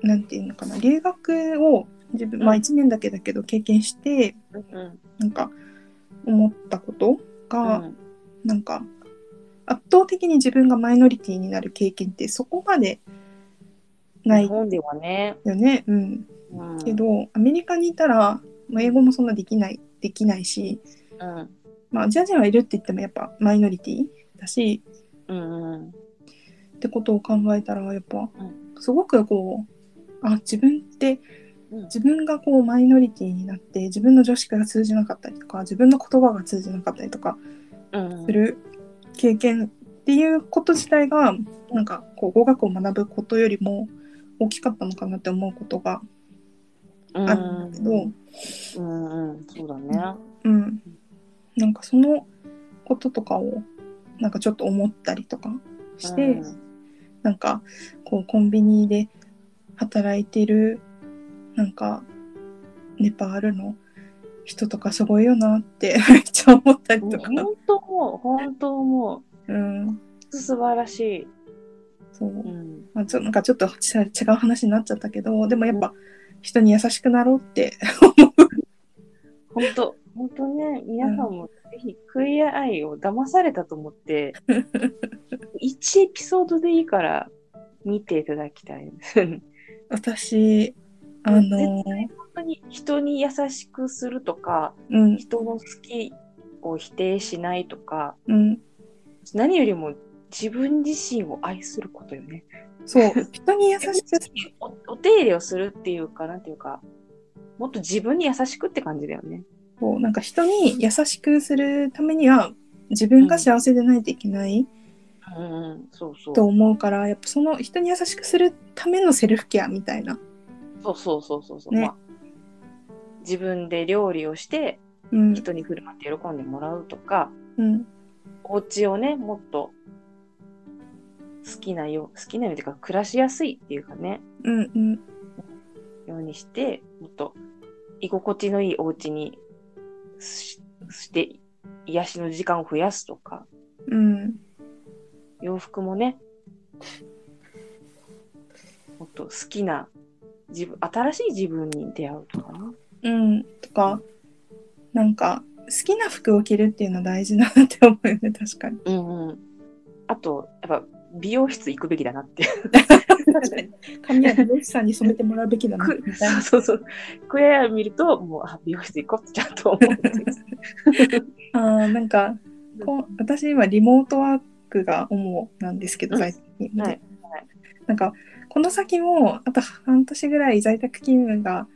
Speaker 1: うなんて言うのかな留学を自分、まあ
Speaker 2: うん
Speaker 1: 1年だけだけど経験してなんか思ったことが、なんか圧倒的に自分がマイノリティになる経験ってそこまでない
Speaker 2: 日本ではね。
Speaker 1: よね、うん、
Speaker 2: うん
Speaker 1: けどアメリカにいたら、まあ英語もそんなできないできないし、
Speaker 2: うん。
Speaker 1: まあ、アジア人はいるって言ってもやっぱマイノリティだし
Speaker 2: うん。うん。
Speaker 1: ってことを考えたらやっぱすごくこうあ自分って
Speaker 2: うん
Speaker 1: 自分がこうマイノリティになって自分の常識が通じなかったりとか自分の言葉が通じなかったりとか
Speaker 2: うん
Speaker 1: す。る経験っていうこと自体がなんかこう語学を学ぶことよりも大きかったのかなって思うことが
Speaker 2: うん
Speaker 1: あるんだけど、うん
Speaker 2: うん。うん。そうだね。
Speaker 1: なんかそのこととかをなんかちょっと思ったりとかして、
Speaker 2: うん
Speaker 1: なんかこうコンビニで働いてるなんかネパールの人とかすごいよなってめっちゃ思ったりとか、
Speaker 2: 本当もう、本当も
Speaker 1: うん、
Speaker 2: う、素晴らしい。
Speaker 1: そう
Speaker 2: うん。
Speaker 1: まあ、ちょなんかちょっとち違う話になっちゃったけどでもやっぱ人に優しくなろうって思
Speaker 2: 本当、本当ね、皆さんもぜひ、クイアアイを騙されたと思って、1エピソードでいいから見ていただきたいです。本
Speaker 1: う私あの
Speaker 2: 絶当に人に優しくするとか、
Speaker 1: うん
Speaker 2: 人の好きを否定しないとか、
Speaker 1: うん
Speaker 2: 何よりも自分自身を愛することよね。
Speaker 1: そう、人に優しく、
Speaker 2: おお手入れをするっていうか、なんていうか、もっと自分に優しくって感じだよね。
Speaker 1: こうなんか人に優しくするためには、自分が幸せでないといけない
Speaker 2: うん、そうそう。
Speaker 1: と思うから、やっぱその人に優しくするためのセルフケアみたいな。
Speaker 2: そうそうそうそうそう、
Speaker 1: ね
Speaker 2: まあ。自分で料理をして、
Speaker 1: うん、
Speaker 2: 人に振る舞って喜んでもらうとか、
Speaker 1: うん、
Speaker 2: お家をね、もっと好きなよう、好きなようにというか、暮らしやすいっていうかね、
Speaker 1: うん、うん、
Speaker 2: ようにして、もっと居心地のいいお家にしして、癒しの時間を増やすとか、
Speaker 1: うん。
Speaker 2: 洋服もね、もっと好きな自分、新しい自分に出会うとかね。
Speaker 1: うん、とか、なんか、好きな服を着るっていうのは大事だなって思うよね、確かに。
Speaker 2: うんうん。あと、やっぱ美容室行くべきだなって。
Speaker 1: 確かに。髪は美容師さんに染めてもらうべきだな、
Speaker 2: く
Speaker 1: みたい
Speaker 2: そう
Speaker 1: な。
Speaker 2: そうそう。クエア見ると、もう、あ、美容室行こうってちゃんと思って。
Speaker 1: あーなんかこう、私今リモートワークが主なんですけど、
Speaker 2: うん
Speaker 1: 在宅勤務で。
Speaker 2: はい
Speaker 1: なんか、この先も、あと半年ぐらい在宅勤務が、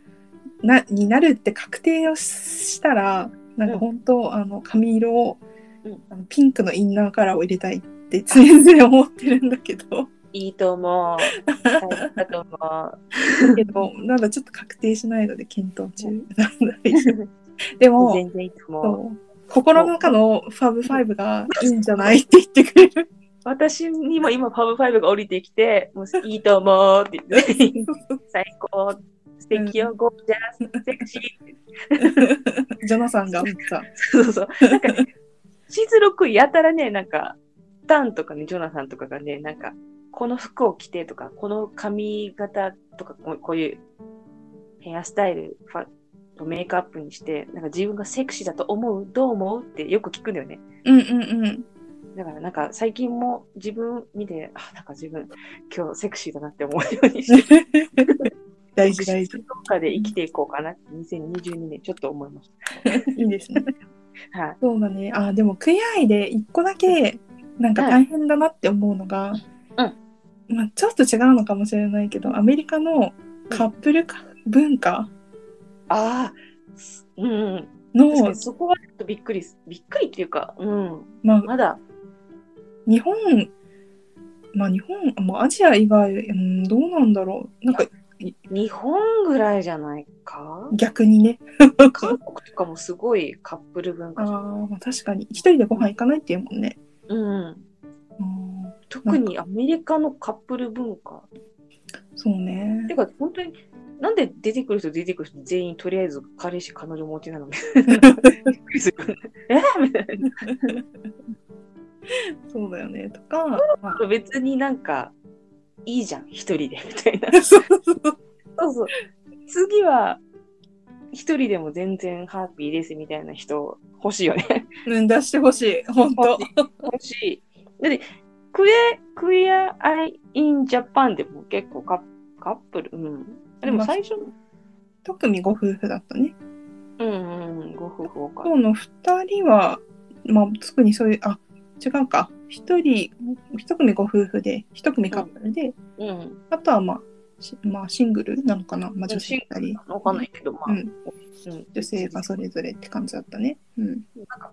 Speaker 1: な、になるって確定をしたら、なんか本当、あの、髪色を
Speaker 2: うん、
Speaker 1: あのピンクのインナーカラーを入れたいって常々思ってるんだけど。
Speaker 2: いいと思う。大変だと思
Speaker 1: けど、まだちょっと確定しないので検討中
Speaker 2: う
Speaker 1: なんだけどで
Speaker 2: う。
Speaker 1: も、
Speaker 2: 全然いいと思う。
Speaker 1: そう心の中のファブファイブがいいんじゃないって言ってくれる。
Speaker 2: 私にも今、パブファイブが降りてきて、もういいと思うって言って、最高、素敵よ、ゴージャス、セクシーって。
Speaker 1: ジョナサンがめっちゃ。
Speaker 2: そうそう。なんかね、シーズン6やたらね、なんか、タンとかね、ジョナサンとかがね、なんか、この服を着てとか、この髪型とか、こうこういうヘアスタイルファメイクアップにして、なんか自分がセクシーだと思うどう思うってよく聞くんだよね。
Speaker 1: うんうん うん。
Speaker 2: だからなんか最近も自分見て、あ、なんか自分今日セクシーだなって思うようにして、
Speaker 1: 大事大事。
Speaker 2: どっかで生きていこうかなって2022年ちょっと思いまし
Speaker 1: いいですね。
Speaker 2: た。はい。
Speaker 1: そうだね。あ、でも、クイアイで一個だけ、なんか大変だなって思うのが、
Speaker 2: うん
Speaker 1: まあ、ちょっと違うのかもしれないけど、アメリカのカップルか文化
Speaker 2: ああ、うんうん。確か
Speaker 1: の
Speaker 2: に、そこはちょっとびっくりすびっくりっていうか、うん、
Speaker 1: まあ、
Speaker 2: まだ、
Speaker 1: 日本、まあ日本、まあアジア以外、うん、どうなんだろう。なんか
Speaker 2: 日本ぐらいじゃないか
Speaker 1: 逆にね。
Speaker 2: 韓国とかもすごいカップル文
Speaker 1: あ
Speaker 2: 化
Speaker 1: ー
Speaker 2: じゃん
Speaker 1: まあ、確かに。一人でご飯行かないっていうもんね。
Speaker 2: うん。
Speaker 1: うん
Speaker 2: 特にアメリカのカップル文化。
Speaker 1: そうね。
Speaker 2: てか、本当に、なんで出てくる人出てくる人全員とりあえず彼氏彼女持ちなのみたいな。びっくりするよね。えみたいな。
Speaker 1: そうだよね。とか、 ま
Speaker 2: 別になんか、いいじゃん、一人で、みたいな。
Speaker 1: あ、そうそう
Speaker 2: そうそう。次は、一人でも全然ハッピーですみたいな人欲しいよね。
Speaker 1: うん出してほしい。本当。
Speaker 2: 欲しい。だって、クエ、クエアアイインジャパンでも結構カップカップル、うん。でも最初の、
Speaker 1: 特組ご夫婦だったね。
Speaker 2: うんうん、ご夫婦多かった
Speaker 1: 今日の二人は、まあ特にそういう、あ、違うか。一人、一組ご夫婦で、一組カップルで、
Speaker 2: うん。
Speaker 1: あとはまあ、しまあシングルなのかな。まあ女
Speaker 2: シ
Speaker 1: 子
Speaker 2: ン
Speaker 1: 二人。
Speaker 2: わかんないけど、まあ、
Speaker 1: う
Speaker 2: うんん。
Speaker 1: 女性がそれぞれって感じだったね。うん。
Speaker 2: なんか、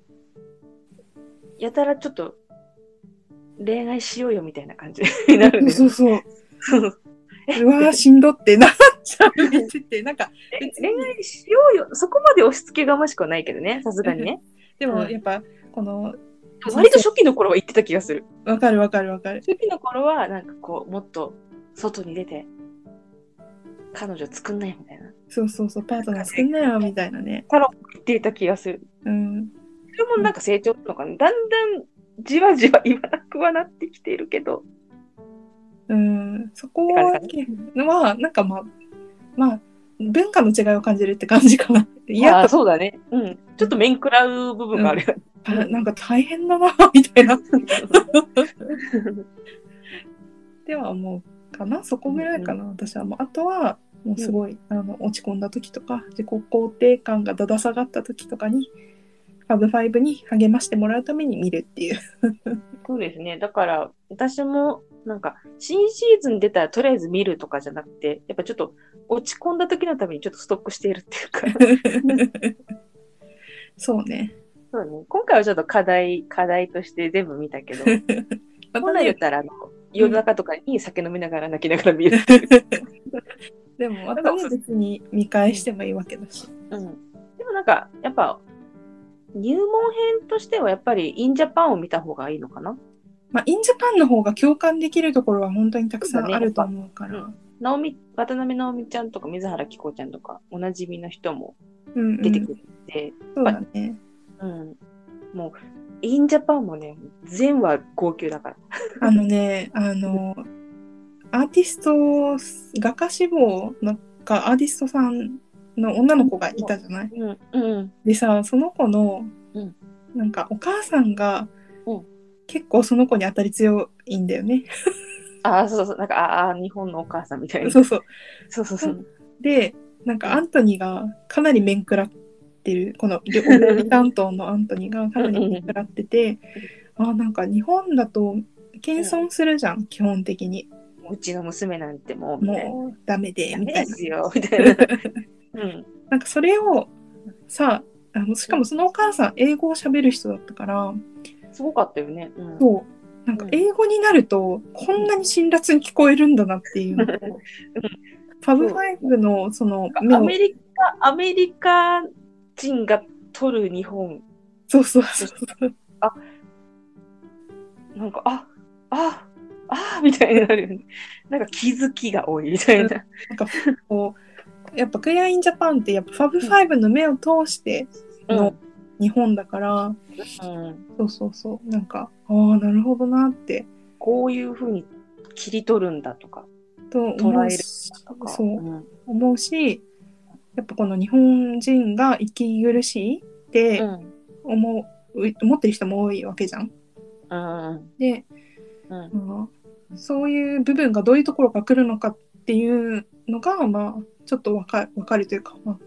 Speaker 2: やたらちょっと、恋愛しようよみたいな感じ になるね。
Speaker 1: そうそう。
Speaker 2: そう
Speaker 1: うわー、しんどってなっちゃう見てて、なんか、別に
Speaker 2: 恋愛しようよ。そこまで押し付けがましくはないけどね、さすがにね。
Speaker 1: でもやっぱ、この、
Speaker 2: 割と初期の頃は言ってた気がする。
Speaker 1: わかるわかるわかる。
Speaker 2: 初期の頃は、なんかこう、もっと外に出て、彼女作んないみたいな。
Speaker 1: そうそうそう、パートナー少ないよ、みたいなね。
Speaker 2: 言っていた気がする。
Speaker 1: うん。
Speaker 2: それもなんか成長なのかな。だんだん、じわじわ言わなくはなってきているけど。
Speaker 1: うん。そこは
Speaker 2: って感、
Speaker 1: なんかまあ、まあ、文化の違いを感じるって感じかな。いや、
Speaker 2: そうだね。うん。ちょっと面食らう部分があるよね。
Speaker 1: あなんか大変だな、 みたいな。 では思うかなそこぐらいかな、私はもうあとはもうすごい、あの落ち込んだ時とか自己肯定感がだだ下がった時とかにフファブファイブに励ましてもらうために見るっていう。
Speaker 2: そうですね。だから、私も、なんか、新シーズン出たらとりあえず見るとかじゃなくて、やっぱちょっと落ち込んだ時のためにちょっとストックしているっていう か、
Speaker 1: そうね。
Speaker 2: そうね。今回はちょっと課題、課題として全部見たけど、 本来だったら、あの、夜中とかに酒飲みながら泣きながら見る。
Speaker 1: でも私は別に見返してもいいわけだし。
Speaker 2: うん。でもなんか、やっぱ、入門編としてはやっぱりインジャパンを見た方がいいのかな
Speaker 1: まあ、インジャパンの方が共感できるところは本当にたくさんあると思うから。
Speaker 2: そうだ直美、渡辺直美ちゃんとか水原希子ちゃんとか、おなじみの人も
Speaker 1: うんうん
Speaker 2: 出てくるんで、
Speaker 1: そうだね。
Speaker 2: うん。もう、インジャパンもね、全話号泣だから。
Speaker 1: あのね、あの、アーティスト、画家志望なんかアーティストさんの女の子がいたじゃない
Speaker 2: うん。うん。
Speaker 1: でさ、その子の、
Speaker 2: うん
Speaker 1: なんかお母さんが、
Speaker 2: うん
Speaker 1: 結構その子に当たり強いんだよね。
Speaker 2: ああ、そうそう、なんか、ああー、日本のお母さんみたいな。そ
Speaker 1: そうそう。
Speaker 2: うそうそう。
Speaker 1: で、なんかアントニーがかなり面食らってる、この料料理担当のアントニーがかなり面食らってて、あーなんか日本だと謙遜するじゃん、基本的に。
Speaker 2: うちの娘なんてもう、みたいな。
Speaker 1: もうダメで、
Speaker 2: ダ
Speaker 1: み
Speaker 2: メ
Speaker 1: たい
Speaker 2: で
Speaker 1: な。
Speaker 2: すよ、みたいな。うん。
Speaker 1: なんかそれをさあのしかもそのお母さん英語を喋る人だったから
Speaker 2: すごかったよね。うん。
Speaker 1: そうなんか英語になるとこんなに辛辣に聞こえるんだなって いうのとパブファイブのその目
Speaker 2: ア
Speaker 1: を
Speaker 2: メリカ、アメリカ人が取る日本、
Speaker 1: そうそうそうそう
Speaker 2: なんか、あ、あ、あ、みたいになるよね。なんか気づきが多いみたいな。
Speaker 1: なんかこうやっぱクレアインジャパンってやっぱファブファイブの目を通しての日本だから、
Speaker 2: うん。
Speaker 1: そうそうそうなんかああなるほどなって
Speaker 2: こういうふうに切り取るんだとか、
Speaker 1: と思うし
Speaker 2: とか。
Speaker 1: そう
Speaker 2: うん。
Speaker 1: 思うしやっぱこの日本人が息苦しいって
Speaker 2: うん。
Speaker 1: 思う、思ってる人も多いわけじゃん。
Speaker 2: うん。
Speaker 1: で、
Speaker 2: うん。
Speaker 1: まあそういう部分がどういうところが来るのかっていうのが、まあ、ちょっとわかわかるというか、ま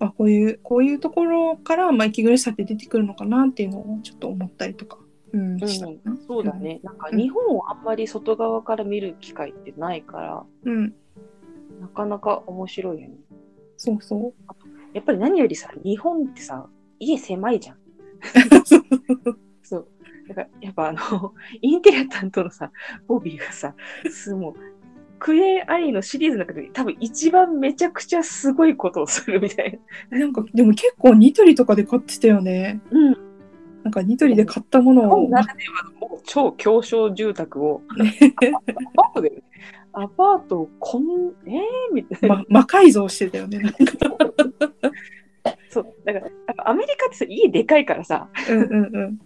Speaker 1: あ、あこういうこういうところから、まあ、息苦しさって出てくるのかなっていうのをちょっと思ったりとか、うん、したかな。
Speaker 2: そうだね。なんか日本をあんまり外側から見る機会ってないから、
Speaker 1: うん、
Speaker 2: なかなか面白いよね。
Speaker 1: そうそう。
Speaker 2: やっぱり何よりさ、日本ってさ、家狭 いじゃん。そう。だから、やっぱあの、 インテリア担当のさ、ボビーがさ、すもう、クエアリーのシリーズの中で多分一番めちゃくちゃすごいことをするみたいな。
Speaker 1: なんかでも結構ニトリとかで買ってたよね。
Speaker 2: うん。
Speaker 1: なんかニトリで買ったも
Speaker 2: 日
Speaker 1: のを
Speaker 2: 本ならではのもう超狭小住宅 を、アパートだよね。アパートをこん、えー、みたいな。
Speaker 1: ま、魔改造してたよね。なんか
Speaker 2: そう。だから、やっぱアメリカってさ、家でかいからさ、
Speaker 1: うんうんうん。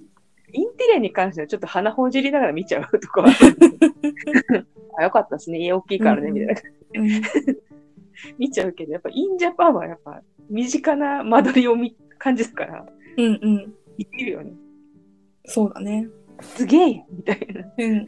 Speaker 2: インテリアに関してはちょっと鼻ほじりながら見ちゃうとかは あ、よかったですね。家大きいからね、みたいな。
Speaker 1: うん
Speaker 2: 見ちゃうけど、やっぱインジャパンはやっぱ身近な間取りを見感じるから、
Speaker 1: うんうん。
Speaker 2: いけるよね。
Speaker 1: そうだね。
Speaker 2: すげえみたいな。
Speaker 1: うん。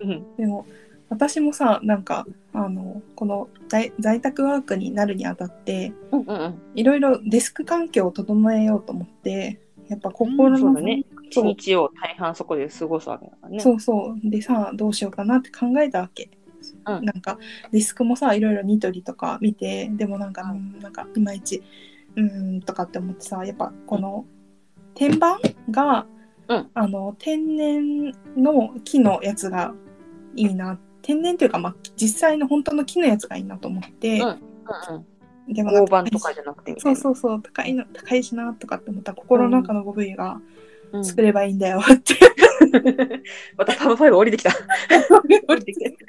Speaker 2: うん。
Speaker 1: でも、私もさ、なんか、あの、この在在宅ワークになるにあたって、
Speaker 2: うんうん。
Speaker 1: いろいろデスク環境を整えようと思って、やっぱ心
Speaker 2: そ
Speaker 1: の、
Speaker 2: うだね。一
Speaker 1: そう
Speaker 2: 日を大半そこで過ごすわけだからね。
Speaker 1: そうそう。でさ、どうしようかなって考えたわけ。
Speaker 2: うん
Speaker 1: なんか、デスクもさ、いろいろニトリとか見て、でもなんか、
Speaker 2: う
Speaker 1: うんなんか、いまいち、うーんとかって思ってさ、やっぱこの天板が、
Speaker 2: うん
Speaker 1: あの、天然の木のやつがいいな。天然というか、まあ、実際の本当の木のやつがいいなと思って、
Speaker 2: うんうん
Speaker 1: で
Speaker 2: うん。
Speaker 1: なん
Speaker 2: 大判とかじゃなくてみた
Speaker 1: そ
Speaker 2: いうな。
Speaker 1: そうそう、高いの、高いしなとかって思ったら、心の中のボブイが
Speaker 2: うん
Speaker 1: 作ればいいんだよって、
Speaker 2: またパブファイブ降りてきた。 降りてきた。
Speaker 1: 作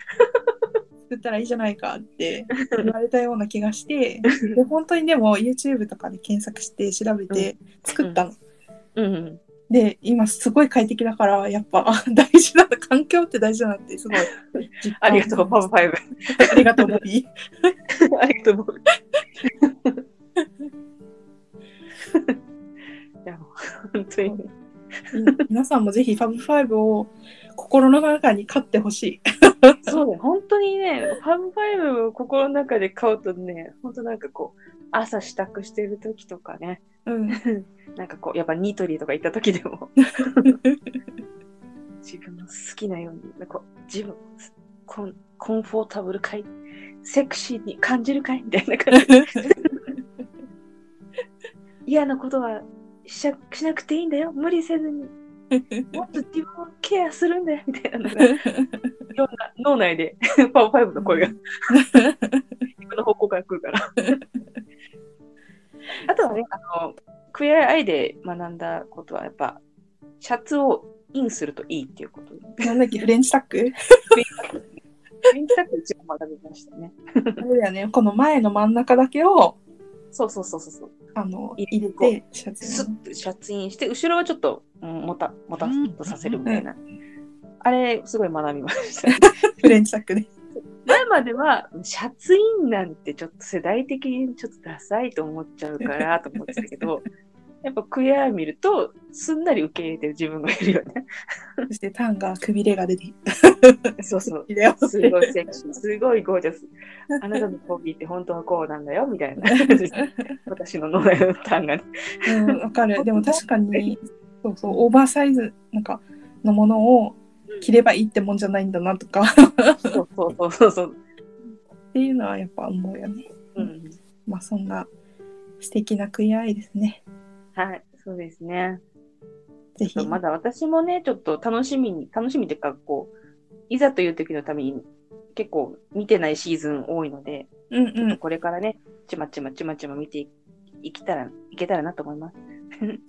Speaker 1: ったらいいじゃないかって言われたような気がしてで本当にでも YouTube とかで検索して調べて作ったの。
Speaker 2: うんうん。
Speaker 1: で今すごい快適だからやっぱ あ大事なの環境って大事だなってすごい実
Speaker 2: あ
Speaker 1: 感
Speaker 2: りがとう、パブファイブ。
Speaker 1: ありがとうボビー。
Speaker 2: ありがとうございます。いや、もう本当にね。
Speaker 1: み皆さんもぜひファブファイブを心の中に飼ってほしい。
Speaker 2: そうだよ。本当にね、ファンファイブを心の中で買うとね、本当なんかこう、朝支度してる時とかね、
Speaker 1: うん。
Speaker 2: なんかこう、やっぱニトリとか行った時で も、自分の好きなように、こう自分コン、コンフォータブルかい、セクシーに感じるかいみたいな 感じ。嫌なことはしちゃしなくていいんだよ。無理せずに。もっと自分をケアするんだよ。みたいなのが、 いろんな脳内で、パワーファイブの声が、自分の方向から来るから。あとはね、あの、クエアアイで学んだことは、やっぱ、シャツをインするといいっていうこと。
Speaker 1: なんだっけ、フレンチタック
Speaker 2: メンタル一番学びましたね。
Speaker 1: あれだよね、この前の真ん中だけを、
Speaker 2: そうそうそうそうそう。
Speaker 1: あの、
Speaker 2: 入
Speaker 1: 入
Speaker 2: れ
Speaker 1: れ
Speaker 2: て
Speaker 1: て、シャ
Speaker 2: ス
Speaker 1: ツに。
Speaker 2: ッとシャツインして、後ろはちょっと、うん、もた、もたっとさせるみたいな。あれ、すごい学びました。
Speaker 1: フレンチタックで。
Speaker 2: 前までは、シャツインなんてちょっと世代的にちょっとダサいと思っちゃうからと思ってたけ ど、やっぱクエア見ると、すんなり受け入れてる自分がいるよ ね。
Speaker 1: そしてタンがくびれが出てき
Speaker 2: そうそう。
Speaker 1: たよ。
Speaker 2: すごいセクシー、すごいゴージャス。あなたのコーヒーって本当はこうなんだよ、みたい な。私の脳内のターンがね。
Speaker 1: うん、わかる。でも確かに、そうそう、オーバーサイズなんかのものを着ればいいってもんじゃないんだなとか
Speaker 2: そうそうそうそうそう。
Speaker 1: っていうのはやっぱ思うよね。
Speaker 2: うん。
Speaker 1: まあそんな素敵な食い合いですね。
Speaker 2: はい、そうですね。
Speaker 1: ぜひ。
Speaker 2: まだ私もね、ちょっと楽しみに、楽しみっていうか、こう、いざという時のために、結構見てないシーズン多いので、
Speaker 1: うんうん。
Speaker 2: これからね、ちまちまちまちま見ていいきたら、いけたらなと思います。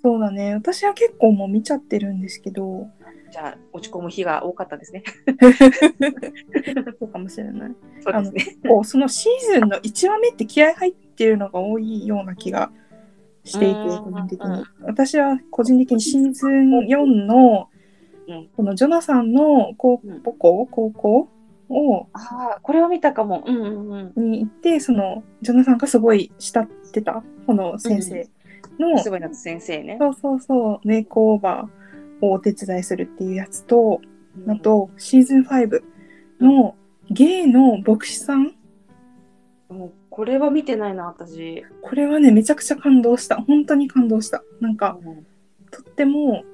Speaker 1: そうだね。私は結構もう見ちゃってるんですけど、
Speaker 2: じゃあ、落ち込む日が多かったですね。
Speaker 1: そうかもしれない。
Speaker 2: そうですね。
Speaker 1: こうそのシーズンの1話目って気合入ってるのが多いような気がしていて、
Speaker 2: うん
Speaker 1: 個人的
Speaker 2: うんう
Speaker 1: に。私は個人的にシーズン4の
Speaker 2: うん、
Speaker 1: このジョナサンの高
Speaker 2: うん
Speaker 1: 母校、高校を
Speaker 2: ああ、これを見たかも。うんうんうん。
Speaker 1: に行って、その、ジョナサンがすごい慕ってた、この先生の、
Speaker 2: すごいな、先生ね。
Speaker 1: そうそうそう、メイクオーバーをお手伝いするっていうやつと、
Speaker 2: うん
Speaker 1: あと、シーズン5のゲイの牧師さん、
Speaker 2: もうこれは見てないな、私。
Speaker 1: これはね、めちゃくちゃ感動した。本当に感動した。なんか、
Speaker 2: うん
Speaker 1: とっても、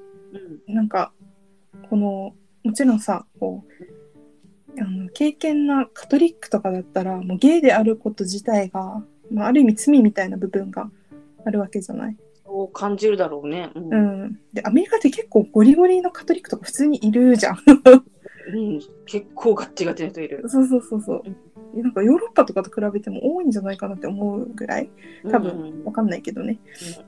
Speaker 2: うん
Speaker 1: なんか、この、もちろんさ、こう、あの、経験なカトリックとかだったら、もうゲイであること自体が、まあ、ある意味罪みたいな部分があるわけじゃない。
Speaker 2: そう感じるだろうね。うん。
Speaker 1: う
Speaker 2: うん
Speaker 1: ん、でアメリカって結構ゴリゴリのカトリックとか普通にいるじゃん。
Speaker 2: 結構ガッチガチの人いる。
Speaker 1: そうそうそうそう。なんかヨーロッパとかと比べても多いんじゃないかなって思うぐらい多分
Speaker 2: うん
Speaker 1: わかんないけどね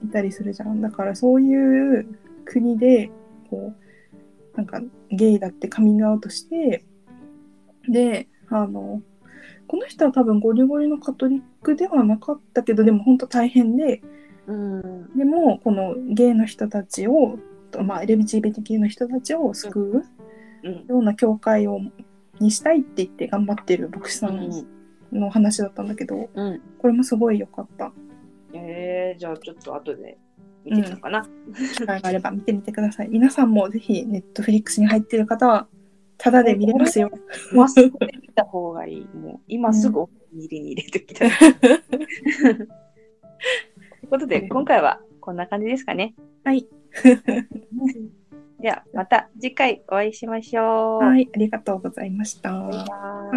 Speaker 1: いたりするじゃん。だからそういう国でこうなんかゲイだってカミングアウトしてであのこの人は多分ゴリゴリのカトリックではなかったけどでも本当大変で、
Speaker 2: うん。
Speaker 1: でもこのゲイの人たちを、とまあ、LGBTQ の人たちを救
Speaker 2: うん
Speaker 1: うような教会をにしたいって言って頑張ってる牧師さんの話だったんだけど
Speaker 2: うん。
Speaker 1: これもすごい良かった
Speaker 2: えー、じゃあちょっと後で見てみようかな。
Speaker 1: 機会があれば見てみてください皆さんもぜひネットフリックスに入ってる方はタダで見れますよ
Speaker 2: まっすぐ見た方がいい。もう今すぐお気に入りに入れてき た。ということで、今回はこんな感じですかね。
Speaker 1: はい。
Speaker 2: では、また次回お会いしましょう。。
Speaker 1: はいいありがとうございました
Speaker 2: バイバーイ。